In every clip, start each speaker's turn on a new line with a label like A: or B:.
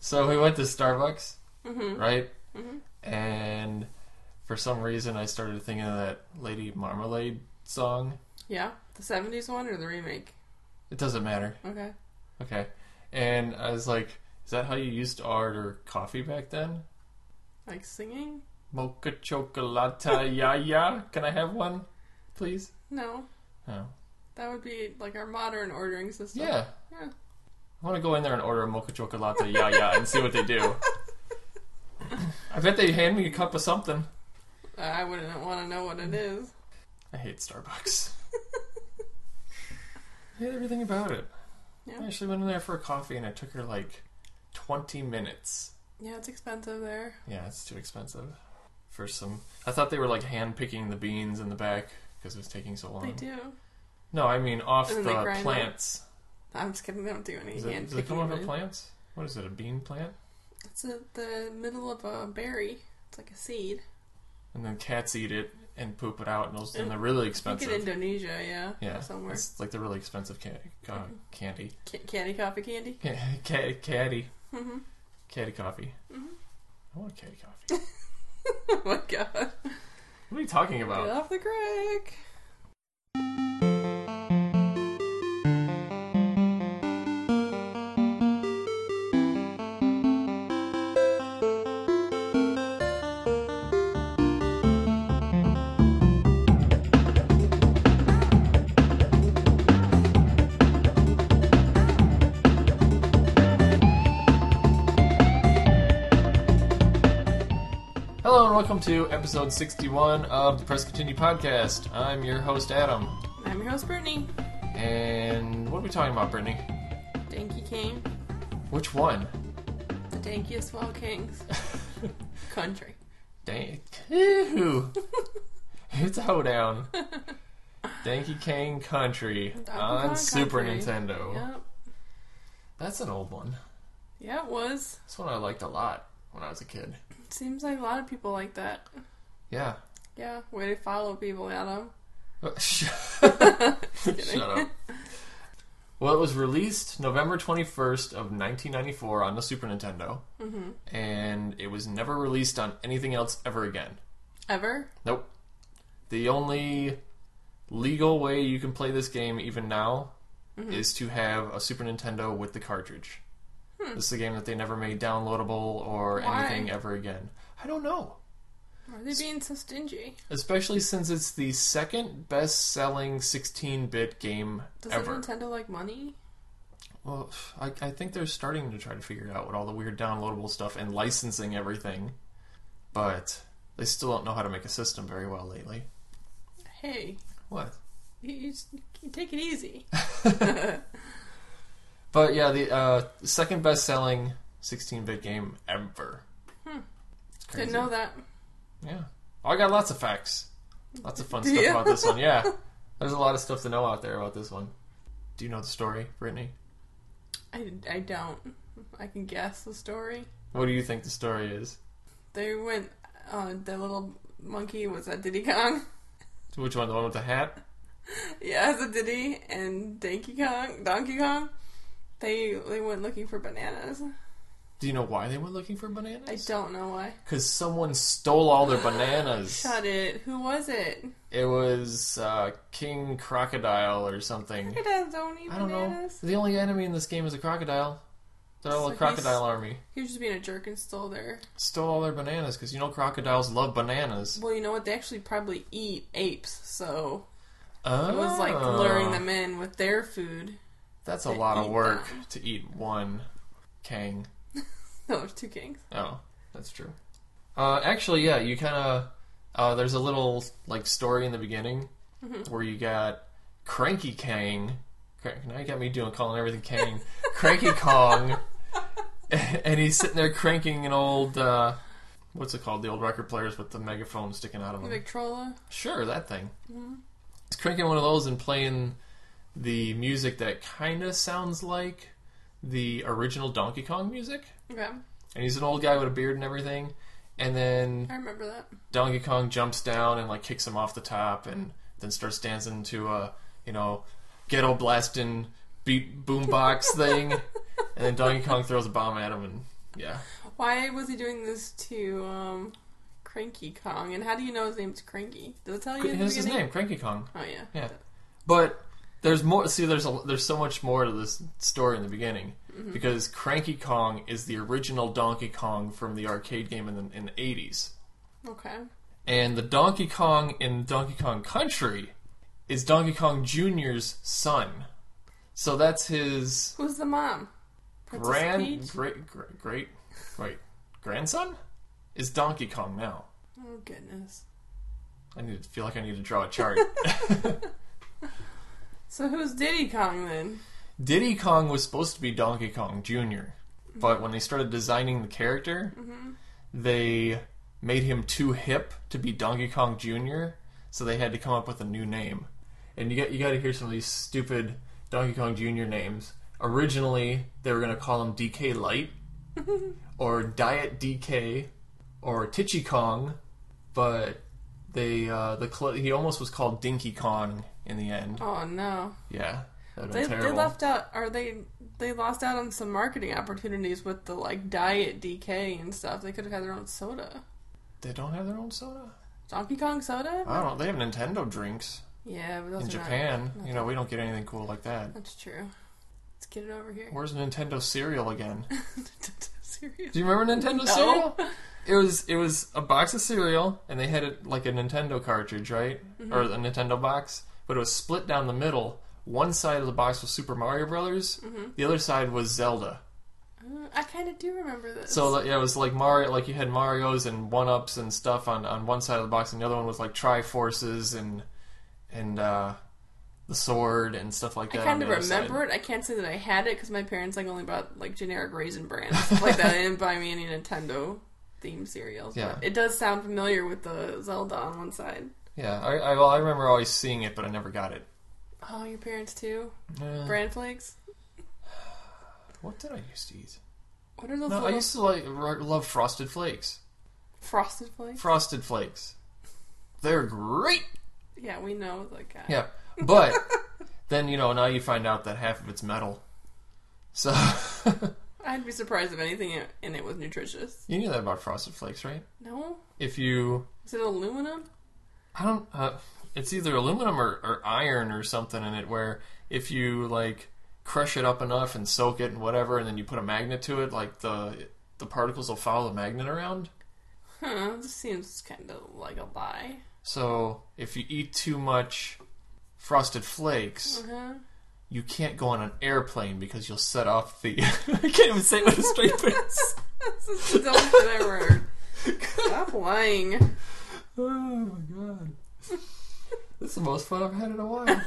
A: So we went to Starbucks,
B: Mm-hmm.
A: right?
B: Mhm.
A: And for some reason, I started thinking of that Lady Marmalade song.
B: Yeah, the '70s one or the remake?
A: It doesn't matter.
B: Okay.
A: Okay. And I was like, is that how you used to order coffee back then?
B: Like singing?
A: Mocha chocolata, ya ya. Can I have one, please?
B: No.
A: Oh.
B: That would be like our modern ordering system.
A: Yeah.
B: Yeah.
A: I want to go in there and order a mocha chocolata, ya ya, and see what they do. I bet they hand me a cup of something.
B: Uh, I wouldn't want to know what it is.
A: I hate Starbucks. I hate everything about it. I
B: Yeah.
A: actually went in there for a coffee and it took her like 20 minutes.
B: Yeah, it's expensive there.
A: Yeah, it's too expensive for some. I thought they were like hand picking the beans in the back because it was taking so long.
B: They do.
A: No, I mean off
B: And then they grind
A: the
B: them.
A: plants.
B: I'm just kidding. They don't do any
A: Is it,
B: hand
A: does it
B: picking.
A: come off a
B: but
A: plant? What is it? A bean plant?
B: It's at the middle of a berry. It's like a seed.
A: And then cats eat it and poop it out, and those and
B: Yeah.
A: they're really
B: I think in
A: expensive.
B: Indonesia, yeah.
A: Yeah,
B: Somewhere. Mm-hmm.
A: it's like the really expensive ca- ca- candy.
B: Ca- candy, coffee, candy.
A: Ca- ca- caddy,
B: hmm
A: caddy coffee.
B: hmm
A: I want caddy coffee.
B: oh my god.
A: what are you talking about?
B: Get off the crack.
A: Hello and welcome to episode 61 of the Press Continue podcast. I'm your host Adam,
B: And I'm your host, Brittany.
A: and what are we talking about, Brittany?
B: Danky King.
A: Which one?
B: The dankiest of all kings. Country.
A: Dang, ew. it's hoedown. Danky Kang Country
B: Donkey
A: on
B: Kong
A: Super
B: Country.
A: Nintendo.
B: Yep.
A: That's an old one.
B: Yeah, it was.
A: This one I liked a lot when I was a kid.
B: Seems like a lot of people like that.
A: Yeah.
B: Yeah, way to follow people, Adam.
A: Shut up. Well, it was released November 21st of 1994 on the Super Nintendo,
B: Mm-hmm.
A: and it was never released on anything else ever again.
B: Ever?
A: Nope. The only legal way you can play this game even now
B: Mm-hmm.
A: is to have a Super Nintendo with the cartridge. This is a game that they never made downloadable or
B: Hmm. Why?
A: anything ever again. I don't know.
B: Are they being so stingy?
A: Especially since it's the second best selling 16 bit game
B: Does
A: ever.
B: Nintendo like money?
A: Well, I, I think they're starting to try to figure it out with all the weird downloadable stuff and licensing everything, but they still don't know how to make a system very well lately.
B: Hey,
A: What?
B: you, you, s- you take it easy.
A: But yeah, the uh, second best selling 16 bit game ever.
B: Hmm.
A: It's crazy.
B: Didn't know that.
A: Yeah. Oh, I got lots of facts. Lots of fun
B: Do
A: stuff
B: you?
A: about this one. Yeah. There's a lot of stuff to know out there about this one. Do you know the story, Brittany?
B: I, I don't. I can guess the story.
A: What do you think the story is?
B: They went, uh, the little monkey was at Diddy Kong.
A: Which one? The one with the hat?
B: yeah, it's a Diddy and Donkey Kong. Donkey Kong. They, they went looking for bananas.
A: Do you know why they went looking for
B: I
A: bananas?
B: don't know why.
A: Because someone stole all their bananas.
B: Shut it. Who was it?
A: It was uh, King Crocodile or something.
B: Crocodiles don't eat
A: I don't know.
B: bananas.
A: The only enemy in this game is a crocodile. They're all
B: So
A: a
B: he's-
A: crocodile army.
B: He was just being a jerk and stole their.
A: stole all their bananas because you know crocodiles love bananas.
B: Well, you know what? They actually probably eat apes, so
A: Oh,
B: it was like luring them in with their food.
A: That's a
B: to
A: lot of
B: eat
A: work
B: them.
A: to eat one kang.
B: No, there's two kings.
A: Oh, that's true. Uh, actually, yeah, you kind of uh, there's a little like story in the beginning where you got Cranky Kang. Cra- Now you got me doing calling everything Kang, Cranky Kong, and he's sitting there cranking an old uh, what's it called? The old record players with the megaphone sticking out of them.
B: Victrola.
A: Sure, that thing. It's cranking one of those and playing the music that kind of sounds like the original Donkey Kong music.
B: Okay,
A: And he's an old guy with a beard and everything. And then
B: I remember that.
A: Donkey Kong jumps down and like kicks him off the top, and then starts dancing to a you know ghetto blasting beat boombox thing. And then Donkey Kong throws a bomb at him and Yeah.
B: Why was he doing this to um, Cranky Kong? And how do you know his name's Cranky? Does it tell you? in the
A: His, his
B: beginning?
A: name, Cranky Kong.
B: Oh yeah.
A: Yeah. But there's more. See, there's a, there's so much more to this story in the beginning
B: Mm-hmm.
A: because Cranky Kong is the original Donkey Kong from the arcade game in the in the eighties,
B: Okay.
A: and the Donkey Kong in Donkey Kong Country is Donkey Kong Jr.'s son. So that's his
B: Who's the mom? Princess
A: grand
B: Peach?
A: great great great wait grandson is Donkey Kong now.
B: Oh goodness.
A: I need to feel like I need to draw a chart.
B: So who's Diddy Kong then?
A: Diddy Kong was supposed to be Donkey Kong junior but when they started designing the character,
B: Mm-hmm.
A: they made him too hip to be Donkey Kong Jr., so they had to come up with a new name. And you got you got to hear some of these stupid Donkey Kong Jr. names. Originally, they were going to call him DK Light or Diet DK or Titchy Kong, but they uh, the cl- he almost was called Dinky Kong in the end.
B: Oh no.
A: Yeah. That
B: They, they left out or they they lost out on some marketing opportunities with the like diet DK and stuff. They could have had their own soda.
A: They don't have their own soda.
B: Donkey Kong soda?
A: I don't know. They have Nintendo drinks
B: Yeah, but those
A: Uh, in
B: are not-
A: Japan.
B: not
A: you know, we don't get anything cool like that.
B: That's true. Let's get it over here.
A: Where's Nintendo cereal again?
B: Serious.
A: Do you remember Nintendo
B: No.
A: cereal? It was it was a box of cereal, and they had it like a Nintendo cartridge, right,
B: Mm-hmm.
A: or a Nintendo box, but it was split down the middle. One side of the box was Super Mario Brothers.
B: Mm-hmm.
A: The other side was Zelda.
B: Uh, I kind of do remember this.
A: So like, yeah, it was like Mario, like you had Mario's and one ups and stuff on, on one side of the box, and the other one was like Triforces and and uh, the sword and stuff like
B: I
A: that. on
B: kind of
A: the other side.
B: remember it. I can't say that I had it because my parents like only bought like generic raisin brands stuff like that. They didn't buy me any Nintendo themed cereals.
A: Yeah.
B: But it does sound familiar with the Zelda on one side.
A: Yeah, I, I well, I remember always seeing it, but I never got it.
B: Oh, your parents too?
A: Uh,
B: Brand flakes?
A: what did I used to eat?
B: What are those
A: No, I
B: little
A: used to like r- love Frosted Flakes.
B: frosted flakes?
A: Frosted Flakes, they're great.
B: Yeah, we know the guy.
A: Yeah, but then you know now you find out that half of it's metal. So
B: I'd be surprised if anything in- in it was nutritious.
A: you knew that about Frosted Flakes, right?
B: No?
A: If you
B: Is it aluminum?
A: I don't. Uh, it's either aluminum or, or iron or something in it. Where if you like crush it up enough and soak it and whatever, and then you put a magnet to it, like the the particles will follow the magnet around.
B: Huh, this seems kind of like a lie.
A: So if you eat too much frosted flakes,
B: Uh-huh.
A: you can't go on an airplane because you'll set off the. I can't even say it with a straight face.
B: This is the dumbest shit I ever heard. Stop lying.
A: Oh my god. This is the most fun I've had in a while.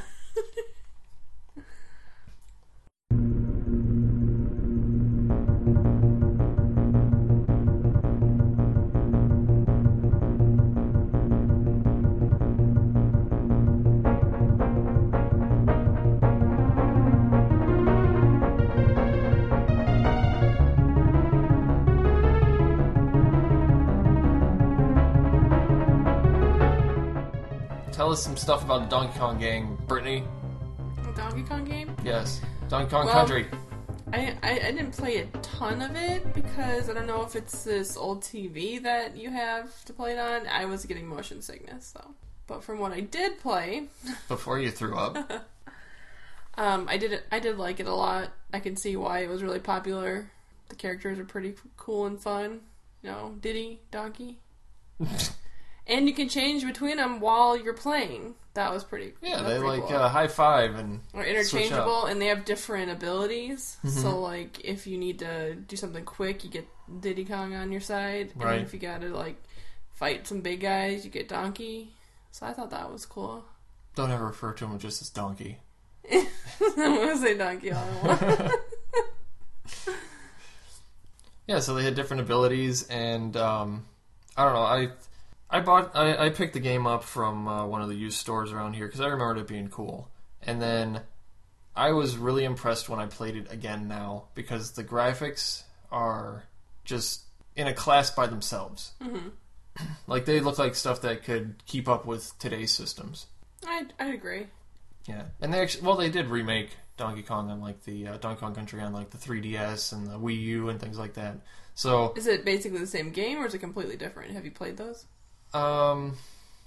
A: Tell us some stuff about the Donkey Kong game, Brittany.
B: Donkey Kong game?
A: Yes. Donkey Kong
B: Well-
A: Country.
B: I, I, I didn't play a ton of it because I don't know if it's this old TV that you have to play it on. I was getting motion sickness, so. But from what I did play,
A: Before you threw up.
B: um, I did I did like it a lot. I can see why it was really popular. The characters are pretty cool and fun. You know, Diddy, Donkey, and you can change between them while you're playing. That was pretty.
A: Yeah,
B: that's
A: they
B: pretty
A: like
B: cool.
A: uh, high five and
B: are
A: switch up. Mm-hmm.
B: interchangeable and they have different abilities. So like if you need to do something quick, you get Diddy Kong on your side,
A: Right.
B: and if you gotta like fight some big guys, you get Donkey. So I thought that was cool.
A: Don't ever refer to him just as Donkey.
B: I'm gonna say Donkey all I want.
A: Yeah, so they had different abilities, and um, I don't know. I I bought I, I picked the game up from uh, one of the used stores around here because I remembered it being cool, and then I was really impressed when I played it again now because the graphics are just in a class by themselves.
B: Mm-hmm.
A: like they look like stuff that could keep up with today's systems.
B: I I agree.
A: Yeah, and they actually well they did remake Donkey Kong on like the uh, Donkey Kong Country on like the 3DS and the Wii U and things like that. So
B: Is it basically the same game or is it completely different? Have you played those?
A: Um,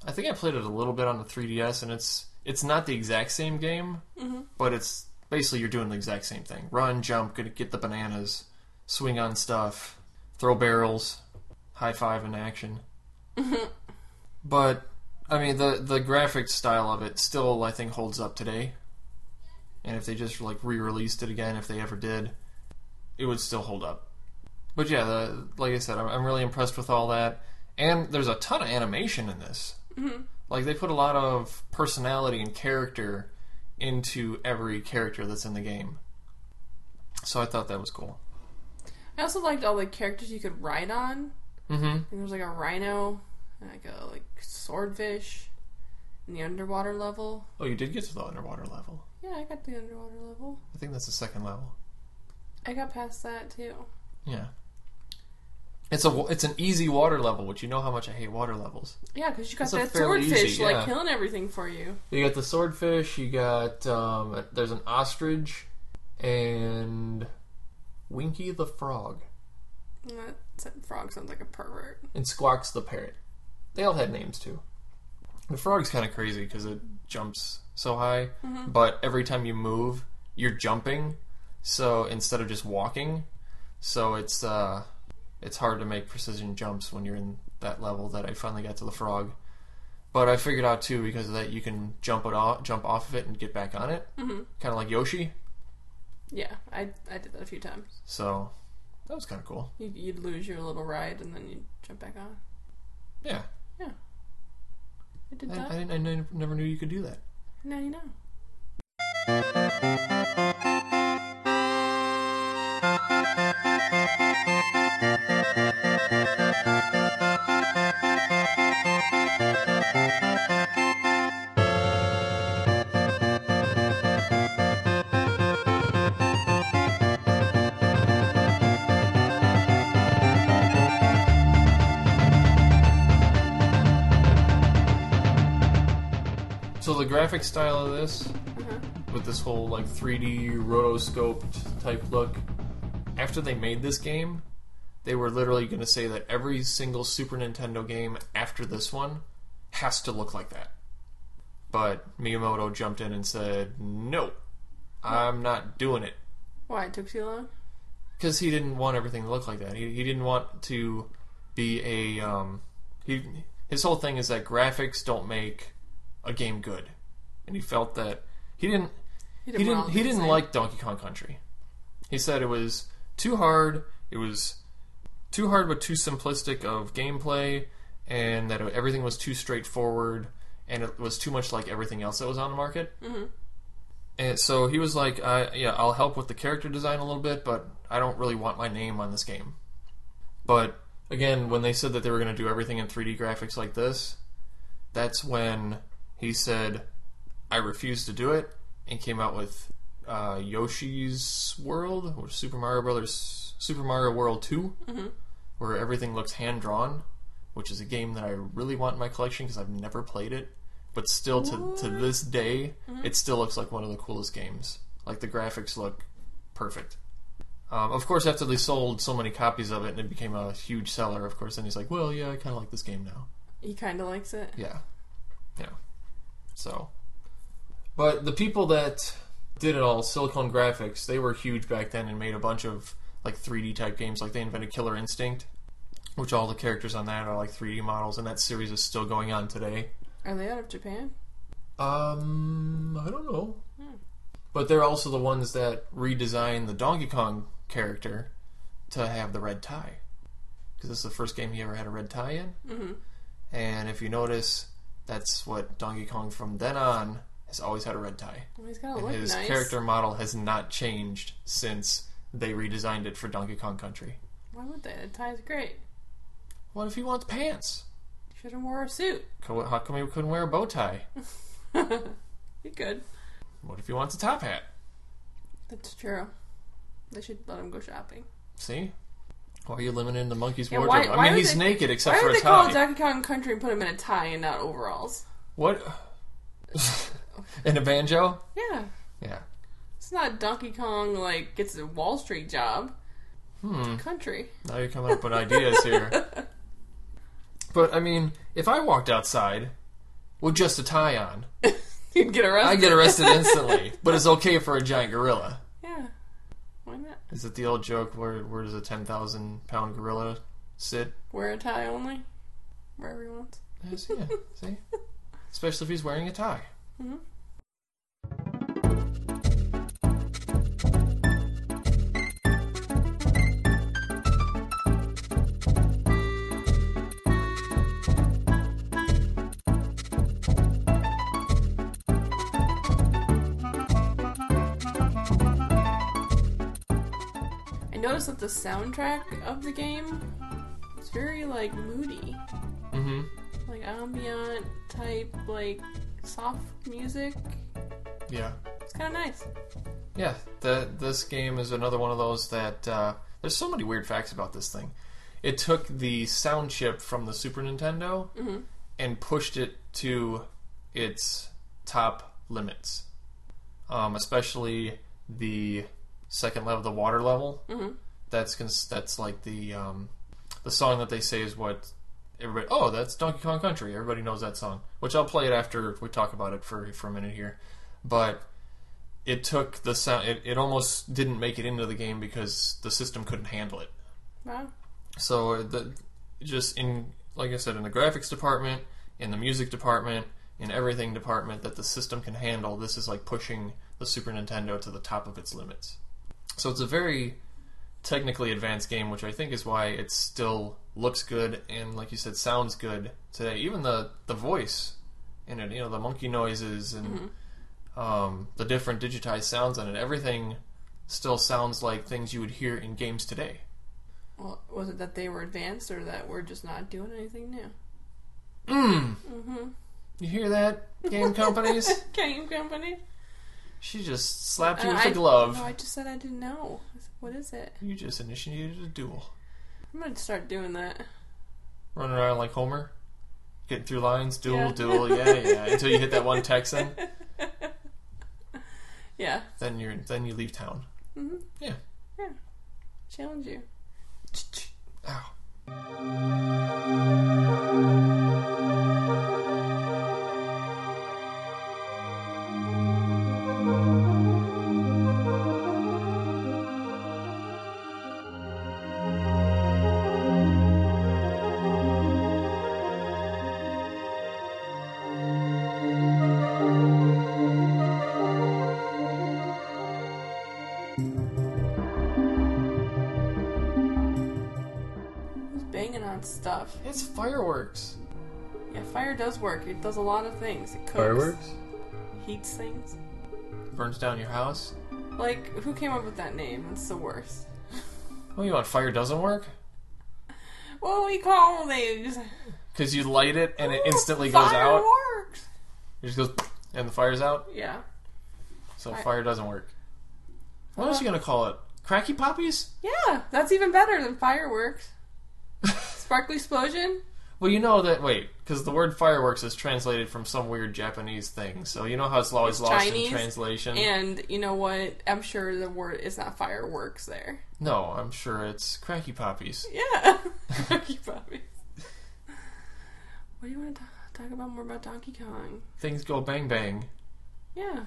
A: I think I played it a little bit on the 3DS, and it's it's not the exact same game, but it's basically you're doing the exact same thing: run, jump, get get the bananas, swing on stuff, throw barrels, high five in action. but I mean, the the graphic style of it still I think holds up today. And if they just like re-released it again, if they ever did, it would still hold up. But yeah, the, like I said, I'm, I'm really impressed with all that. And there's a ton of animation in this. Like they put a lot of personality and character into every character that's in the game. So I thought that was cool.
B: I also liked all the characters you could ride on.
A: Mm-hmm.
B: I think there was like a rhino, and like a like swordfish, in the underwater level.
A: Oh, you did get to the underwater level.
B: Yeah, I got the underwater level.
A: I think that's the second level.
B: I got past that too.
A: Yeah. It's a wa- it's an easy water level, which you know how much I hate water levels.
B: Yeah, because you got
A: It's a
B: that
A: fairly
B: swordfish
A: easy, yeah.
B: like killing everything for you.
A: You got the swordfish. You got um, there's an ostrich, and Winky the frog,
B: And That that frog sounds like a pervert.
A: and Squawks the parrot. They all had names too. The frog's kind of crazy because it jumps so high, but every time you move, you're jumping. So instead of just walking, so it's uh, it's hard to make precision jumps when you're in that level. That I finally got to the frog, but I figured out too because of that you can jump it off, jump off of it, and get back on it, mm-hmm. kind of like Yoshi.
B: Yeah, I I did that a few times.
A: So that was kind of cool.
B: You, you'd lose your little ride and then you jump back on.
A: Yeah,
B: I did
A: I, I,
B: that.
A: didn't- I ne- never knew you could do that.
B: now you know.
A: So the graphic style of this,
B: Uh-huh.
A: with this whole like 3D rotoscoped type look, after they made this game, they were literally going to say that every single Super Nintendo game after this one has to look like that. But Miyamoto jumped in and said, "No, I'm not doing it."
B: Why it took too long?
A: because he didn't want everything to look like that. He, he didn't want to be a um, he. His whole thing is that graphics don't make a game good, and he felt that he didn't
B: He
A: he
B: want all
A: didn't he
B: the
A: didn't
B: same.
A: like Donkey Kong Country. He said it was too hard. It was too hard but too simplistic of gameplay, and that everything was too straightforward, and it was too much like everything else that was on the market. Mm-hmm. And so he was like, I, "Yeah, I'll help with the character design a little bit, but I don't really want my name on this game." But again, when they said that they were going to do everything in 3D graphics like this, that's when he said, I refused to do it and came out with uh, Yoshi's World or Super Mario Brothers Super Mario World 2 where everything looks hand drawn, which is a game that I really want in my collection because I've never played it, but still to to this day it still looks like one of the coolest games. Like the graphics look perfect. Um, of course, after they sold so many copies of it and it became a huge seller, of course, then he's like, "Well, yeah, I kind of like this game now."
B: He kind of likes it.
A: Yeah. Yeah. So. But the people that did it all, Silicon Graphics, they were huge back then and made a bunch of like 3D type games. Like they invented Killer Instinct, which all the characters on that are like 3D models, and that series is still going on today.
B: Are they out of Japan?
A: Um, I don't know. But they're also the ones that redesigned the Donkey Kong character to have the red tie. Because this is the first game he ever had a red tie in.
B: Mhm.
A: And if you notice, that's what Donkey Kong from then on has always had a red tie.
B: Well, he's gotta
A: And
B: look
A: his
B: Oh, nice.
A: character model has not changed since they redesigned it for Donkey Kong Country.
B: Why would they? That tie's great.
A: What if he wants pants?
B: Should have wore a suit.
A: Co- How come he couldn't wear a bow tie?
B: You could.
A: What if he wants a top hat?
B: That's true. They should let him go shopping.
A: See? Why are you limited in the monkey's
B: Yeah,
A: wardrobe?
B: why- why
A: I mean,
B: would
A: he's
B: they-
A: naked except
B: Why
A: for
B: would
A: a
B: they call
A: tie.
B: it Donkey Kong Country and put him in a tie and not overalls?
A: what? and a banjo?
B: Yeah,
A: Yeah.
B: it's It's not Donkey Kong like gets a Wall Street job.
A: Hmm.
B: Country.
A: Now you're coming up with ideas here. But I mean, if I walked outside with just a tie on,
B: You'd get arrested.
A: I get arrested instantly. But it's okay for a giant gorilla.
B: Yeah. Why not?
A: Is it the old joke where where does a ten thousand pound gorilla sit?
B: Wear a tie only. Wherever he wants.
A: Yes, yeah, see, especially if he's wearing a tie.
B: Mhm. I noticed that the soundtrack of the game is very like moody
A: Mm-hmm.
B: like ambient type, like soft music.
A: Yeah.
B: It's kind of nice.
A: Yeah, the, this game is another one of those that uh, there's so many weird facts about this thing. It took the sound chip from the Super Nintendo
B: Mhm.
A: and pushed it to its top limits, um, especially the second level, the water level.
B: Mhm.
A: That's cons- that's like the um, the song that they say is what everybody. Oh, that's Donkey Kong Country. Everybody knows that song, which I'll play it after we talk about it for for a minute here, but it took the sound it, it almost didn't make it into the game because the system couldn't handle it
B: Wow.
A: so the just in like i said in the graphics department in the music department in everything department that the system can handle this is like pushing the super nintendo to the top of its limits so it's a very technically advanced game which i think is why it still looks good and like you said sounds good today even the the voice in it you know the monkey noises and um, the different digitized sounds on it everything still sounds like things you would hear in games today
B: Well, was it that they were advanced or that we're just not doing anything new?
A: mm,
B: Mm-hmm.
A: You hear that, game companies?
B: Game company.
A: She just slapped you
B: Uh,
A: with
B: I,
A: a glove.
B: No, I just said I didn't know. I said, What is it?
A: You just initiated a duel.
B: I'm gonna start doing that.
A: Running around like Homer, getting through lines, duel,
B: Yeah.
A: duel, yeah, yeah, until you hit that one Texan,
B: Yeah.
A: then you're then you leave town.
B: Mm-hmm.
A: Yeah.
B: Yeah. Challenge you.
A: Ow.
B: Who's banging on stuff?
A: It's fireworks.
B: Yeah, fire does work. It does a lot of things. It cooks. Heats things.
A: Burns down your house.
B: Like, who came up with that name? It's the worst.
A: Oh, you want fire doesn't work?
B: What do we call these?
A: Because you light it and it instantly goes out.
B: Fireworks.
A: It just goes and the fire's out.
B: Yeah.
A: So
B: Fire-
A: fire doesn't work. What else you gonna call it? Cracky poppies?
B: Yeah, that's even better than fireworks. Sparkly explosion.
A: Well, you know that wait, because the word fireworks is translated from some weird Japanese thing. So you know how it's always lost
B: Chinese
A: in translation.
B: And you know what? I'm sure the word is not fireworks there.
A: no, I'm sure it's cracky poppies.
B: Yeah. Donkey Bobby. What do you want to talk, talk about more about Donkey Kong?
A: Things go bang bang.
B: Yeah.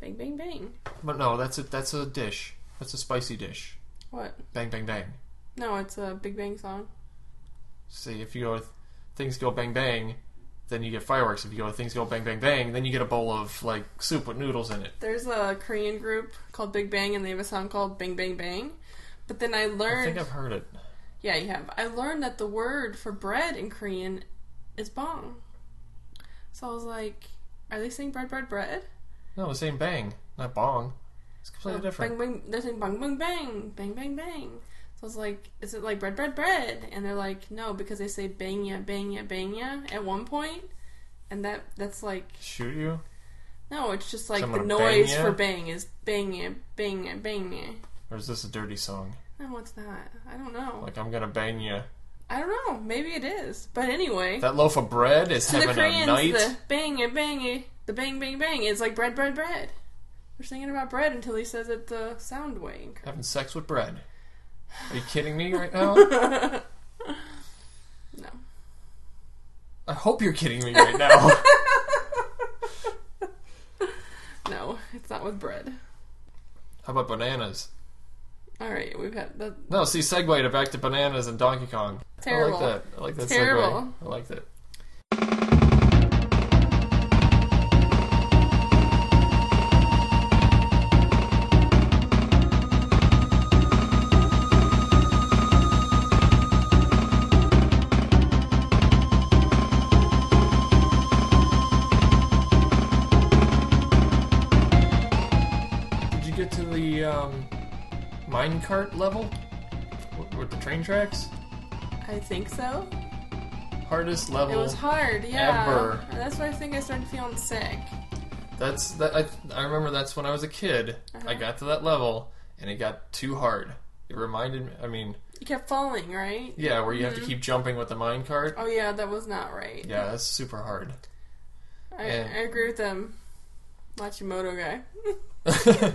B: Bang bang bang.
A: But no, that's a that's a dish. That's a spicy dish.
B: What?
A: Bang bang bang.
B: No, it's a Big Bang song.
A: See, if you go with things go bang bang, then you get fireworks. If you go with things go bang bang bang, then you get a bowl of like soup with noodles in it.
B: There's a Korean group called Big Bang, and they have a song called Bang Bang Bang. But then I
A: I
B: learned
A: think I've heard it.
B: Yeah, you have. I learned that the word for bread in Korean is bong. So I was like, are they saying bread, bread, bread?
A: No, it's saying bang, not bong. It's completely different.
B: Oh, Bang, bang, they're saying bang, bang, bang, bang, bang, bang. So I was like, is it like bread, bread, bread? And they're like, no, because they say bang ya, bang ya, bang ya at one point, And that that's like,
A: Shoot you.
B: no, it's just like
A: So I'm
B: the
A: gonna bang
B: noise
A: ya?
B: for bang is bang ya, bang ya, bang ya.
A: Or is this a dirty song?
B: No, it's not. I don't know.
A: Like I'm gonna bang you.
B: I don't know. Maybe it is. But anyway.
A: That loaf of bread is
B: to the
A: having a
B: Koreans, uh,
A: night.
B: the bang and bang, the bang bang bang is like bread, bread, bread. We're singing about bread until he says it the sound way.
A: Having sex with bread. Are you kidding me right now?
B: No.
A: I hope you're kidding me right now.
B: No, it's not with bread.
A: How about bananas?
B: All right, we've had that.
A: No, see, segue to back to bananas and Donkey Kong.
B: Terrible.
A: I like that. I like that
B: Terrible.
A: segue. I like that. Did you get to the um, minecart level W- with the train tracks?
B: I think so.
A: Hardest
B: It
A: level.
B: was hard, yeah.
A: Ever.
B: And that's why I think I started feeling sick.
A: That's that. I, I remember that's when I was a kid.
B: Uh-huh.
A: I got to that level and it got too hard. It reminded me. I mean,
B: You kept falling, right?
A: yeah, where you have to
B: Mm-hmm.
A: keep jumping with the minecart.
B: Oh yeah, that was not right.
A: Yeah, that's super hard.
B: I,
A: Yeah.
B: I agree with them. Machimoto guy.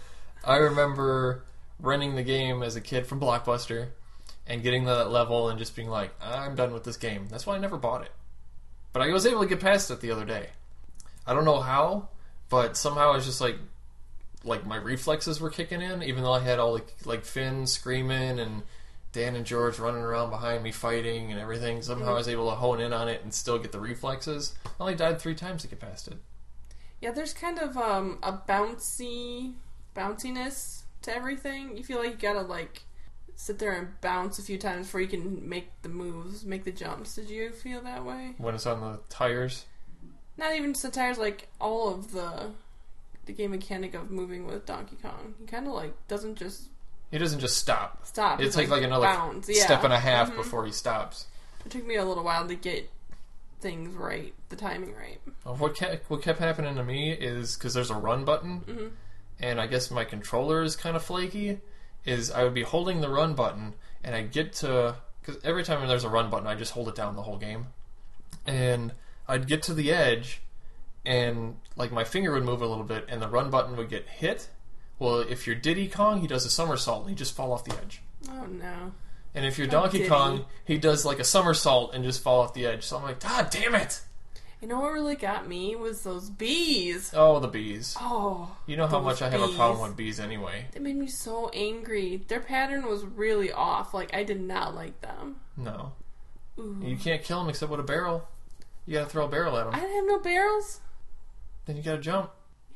A: I remember renting the game as a kid from Blockbuster and getting to that level and just being like, I'm done with this game. That's why I never bought it. But I was able to get past it the other day. I don't know how, but somehow I was just like, like my reflexes were kicking in, even though I had all like, like Finn screaming and Dan and George running around behind me fighting and everything. Somehow I was able to hone in on it and still get the reflexes. I only died three times to get past it.
B: Yeah, there's kind of um, a bouncy bounciness to everything. You feel like you gotta like sit there and bounce a few times before you can make the moves, make the jumps. Did you feel that way?
A: When it's on the tires,
B: Not even just the tires, like all of the the game mechanic of moving with Donkey Kong. He kind of like doesn't just
A: it doesn't just stop.
B: stop.
A: It
B: It's
A: takes like another
B: bounce. Yeah. Mm-hmm.
A: step and a half before he stops.
B: It took me a little while to get things right, the timing right.
A: Uh, What kept, what kept happening to me is because there's a run button, and I guess my controller is kind of flaky. Is I would be holding the run button, and I get to because every time there's a run button, I just hold it down the whole game, and I'd get to the edge, and like my finger would move a little bit, and the run button would get hit. Well, if you're Diddy Kong, he does a somersault and he just fall off the edge.
B: Oh no.
A: And if you're Donkey
B: Diddy. Kong,
A: Kong, he does like a somersault and just fall off the edge. So I'm like, God damn it!
B: You know what really got me was those bees.
A: Oh, the bees.
B: Oh,
A: You know how
B: Those
A: much I have a
B: bees.
A: problem with bees anyway.
B: they made me so angry. Their pattern was really off. Like I did not like them.
A: No.
B: Ooh.
A: You can't kill them except with a barrel. You gotta throw a barrel at them.
B: I didn't have no barrels.
A: Then you gotta jump.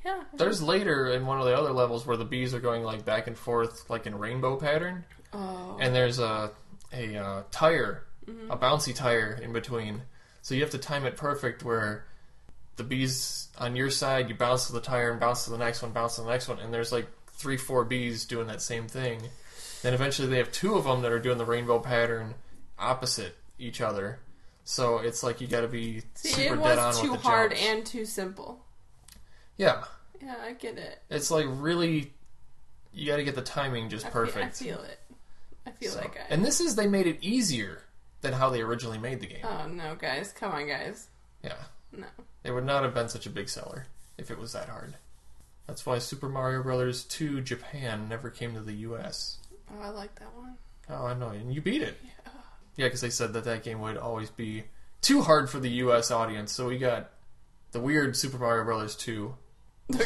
B: Yeah.
A: There's later in one of the other levels where the bees are going like back and forth, like in rainbow pattern.
B: Oh.
A: And there's a, a uh, tire,
B: Mm-hmm.
A: a bouncy tire in between. So you have to time it perfect where the bees on your side, you bounce to the tire and bounce to the next one, bounce to the next one, and there's like three, four bees doing that same thing. Then eventually they have two of them that are doing the rainbow pattern opposite each other. So it's like you got to be
B: See,
A: super
B: it
A: dead on
B: was too
A: with the
B: hard
A: jumps.
B: and too simple.
A: yeah,
B: Yeah, I get it.
A: it's like really you got to get the timing just
B: I feel-
A: perfect.
B: I feel, it. I feel
A: So-
B: that guy.
A: And this is they made it easier than how they originally made the game.
B: oh no, guys, come on, guys.
A: Yeah.
B: No.
A: It would not have been such a big seller if it was that hard. That's why Super Mario Brothers 2 Japan never came to the US.
B: Oh, I like that one.
A: Oh, I know, and you beat it. Yeah, because they said that that game would always be too hard for the US audience, so we got the weird Super Mario Brothers 2.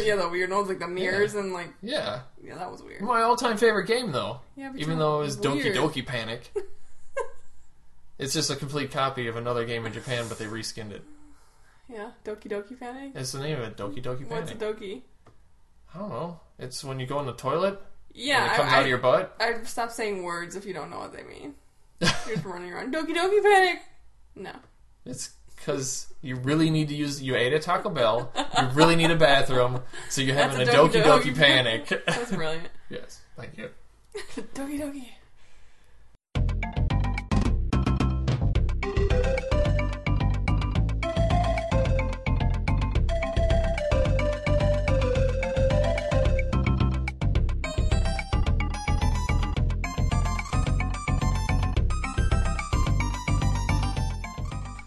B: yeah, the weird ones like the mirrors and like
A: Yeah.
B: yeah, that was weird.
A: My all time favorite game, though.
B: Yeah, but
A: even
B: you're
A: though it was
B: weird.
A: Doki Doki Panic. it's just a complete copy of another game in Japan, but they reskinned it.
B: Yeah, Doki Doki Panic.
A: It's the name of it, Doki Doki Panic.
B: What's a doki?
A: I don't know. It's when you go in the toilet
B: Yeah,
A: and it comes
B: I,
A: out of your butt.
B: I, I'd stop saying words if you don't know what they mean. You're just running around. Doki Doki Panic. No.
A: It's because you really need to use. You ate at Taco Bell. You really need a bathroom, so you're having
B: That's
A: a
B: a
A: doki
B: Doki
A: doki,
B: Doki.
A: panic.
B: That's brilliant.
A: yes, thank you.
B: doki Doki.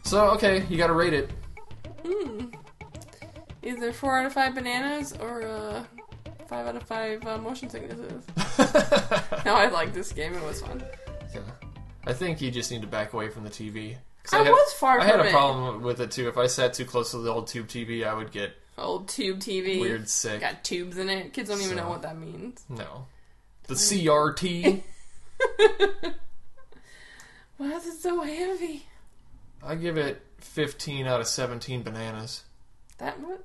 A: So okay, you gotta rate it.
B: Hmm. Either four out of five bananas or uh, five out of five uh, motion sicknesses. no, I liked this game. It was fun.
A: Yeah. I think you just need to back away from the TV. 'Cause
B: I,
A: had,
B: was far
A: I
B: from
A: had a
B: it.
A: problem with it too. If I sat too close to the old tube TV, I would get
B: Old tube TV.
A: weird sick.
B: Got tubes in it. Kids don't even
A: So-
B: know what that means.
A: No. The
B: Mm.
A: CRT.
B: Why is it so heavy?
A: I give it 15 out of 17 bananas.
B: That what?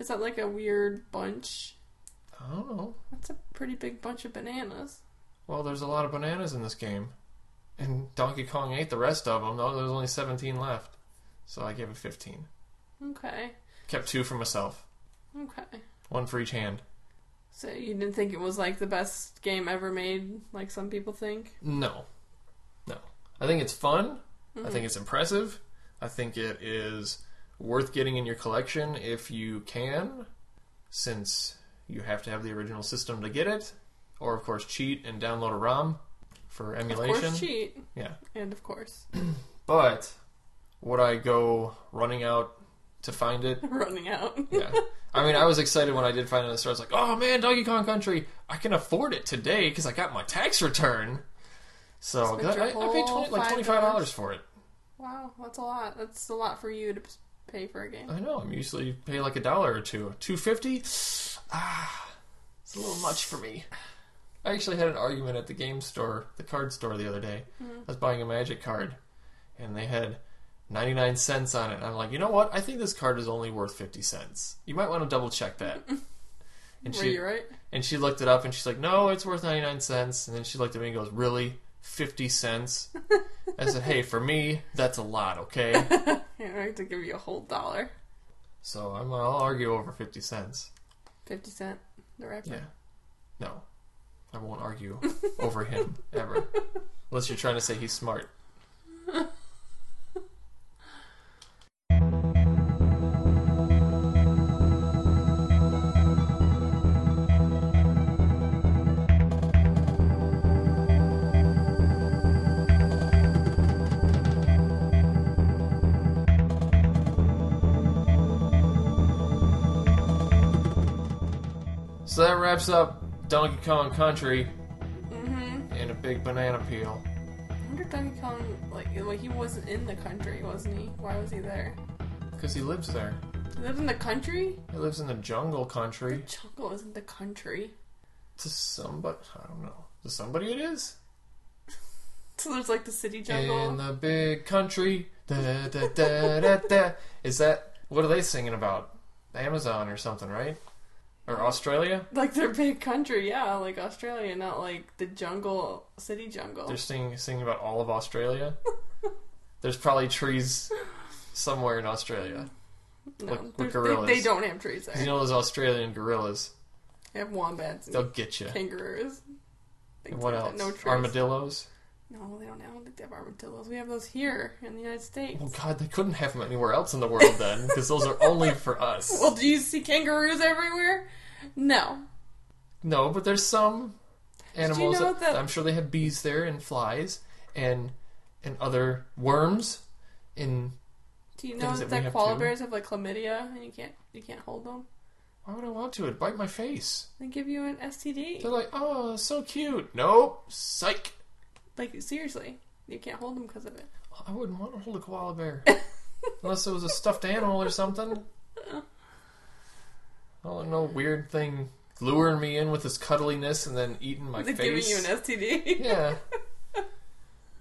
B: Is that like a weird bunch?
A: I don't know.
B: That's a pretty big bunch of bananas.
A: Well, there's a lot of bananas in this game. And Donkey Kong ate the rest of them, though. There's only 17 left. So I gave it 15.
B: Okay.
A: Kept two for myself,
B: Okay.
A: one for each hand.
B: So you didn't think it was like the best game ever made, like some people think?
A: No. No. I think it's fun. I
B: Mm-hmm.
A: think it's impressive. I think it is worth getting in your collection if you can, since you have to have the original system to get it, or of course cheat and download a ROM for
B: Of
A: emulation.
B: course, cheat.
A: Yeah.
B: And of course,
A: But would I go running out to find it?
B: running out.
A: Yeah. I mean, I was excited when I did find it in the store. I was like, "Oh man, Donkey Kong Country! I can afford it today because I got my tax return." So
B: Spent
A: 'cause I, I
B: your
A: paid
B: whole
A: 20, like
B: $5.
A: twenty five dollars for it.
B: Wow, that's a lot. That's a lot for you to p- pay for a game.
A: I know. I'm usually pay like a dollar or two. Two fifty? Ah, it's a little much for me. I actually had an argument at the game store, the card store, the other day.
B: Mm-hmm.
A: I was buying a Magic card, and they had ninety nine cents on it. And I'm like, you know what? I think this card is only worth fifty cents. You might want to double check that. And
B: Were
A: she
B: you right?
A: and she looked it up and she's like, no, it's worth ninety nine cents. And then she looked at me and goes, really, fifty cents? I said, hey, for me, that's a lot, okay?
B: I have to give you a whole dollar.
A: So I'm, I'll argue over fifty cents.
B: 50 Cent, the rapper.
A: Yeah. No. I won't argue over him ever. Unless you're trying to say he's smart. So that wraps up Donkey Kong Country
B: Mm-hmm.
A: and a big banana peel.
B: I wonder if Donkey Kong, like, like, he wasn't in the country, wasn't he? Why was he there?
A: Because he lives there.
B: He lives in the country?
A: He lives in the jungle
B: The
A: country.
B: jungle isn't the country.
A: To somebody. I don't know. To somebody it is?
B: So there's like the city jungle.
A: In the big country. Da, da, da, da, da. Is that. What are they singing about? Amazon or something, right? Or Australia?
B: Like their big country, yeah, like Australia, not like the jungle, city jungle.
A: They're singing, singing about all of Australia. There's probably trees somewhere in Australia.
B: no,
A: like- like
B: there's-
A: gorillas.
B: they, they don't have trees
A: 'Cause You
B: there.
A: know those Australian gorillas?
B: They have wombats and
A: They'll get you.
B: kangaroos. Things
A: What
B: like that.
A: else?
B: No trees.
A: Armadillos. Oh,
B: No, they don't. I don't think they have armadillos. We have those here in the United States.
A: Well, God, they couldn't have them anywhere else in the world then, because those are only for us.
B: Well, do you see kangaroos everywhere? No.
A: no, but there's some animals.
B: know that-
A: I'm sure they have bees there and flies and and other worms. And
B: Do you know
A: Things
B: that,
A: that we have
B: koala
A: too.
B: bears have like chlamydia and you can't you can't hold them?
A: why would I want to? It'd bite my face.
B: They give you an STD.
A: They're like, oh, so cute. Nope, psych.
B: Like seriously, you can't hold them because of it.
A: I wouldn't want to hold a koala bear. Unless it was a stuffed animal or something. Oh, no weird thing luring me in with his cuddliness and then eating my
B: They're giving
A: face.
B: you an STD.
A: yeah.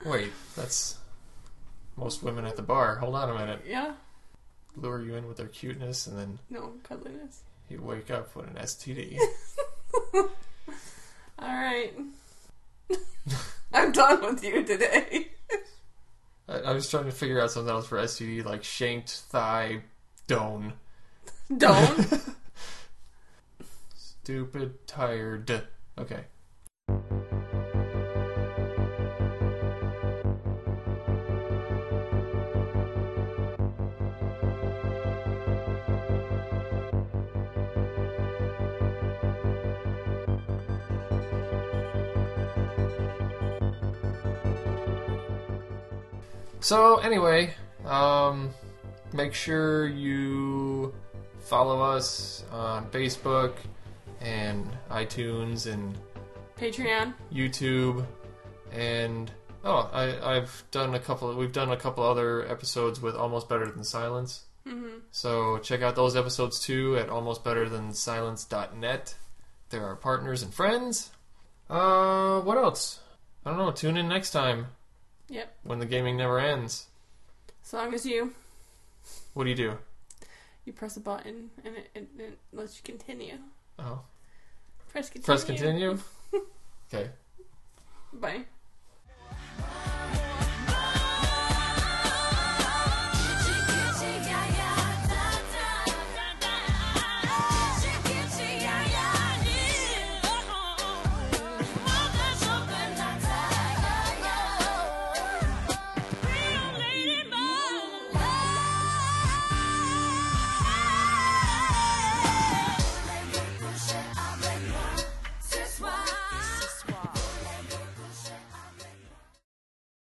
A: Wait, that's most women at the bar. Hold on a minute.
B: yeah.
A: Lure you in with their cuteness and then
B: No cuddliness.
A: you wake up with an STD.
B: All right. I'm done with you today.
A: I, I was trying to figure out something else for STD, like shanked thigh done.
B: Don't.
A: Stupid tired. Okay. So anyway, um, make sure you follow us on Facebook, and iTunes and
B: Patreon.
A: YouTube, and oh, I, I've done a couple. We've done a couple other episodes with Almost Better Than Silence.
B: Mm-hmm.
A: So check out those episodes too at almostbetterthansilence.net. They're our partners and friends. Uh, what else? I don't know. Tune in next time
B: Yep.
A: when the gaming never ends.
B: As long as you
A: What do you do?
B: you press a button and it, it, it lets you continue.
A: Oh,
B: Press continue.
A: press continue. okay.
B: Bye.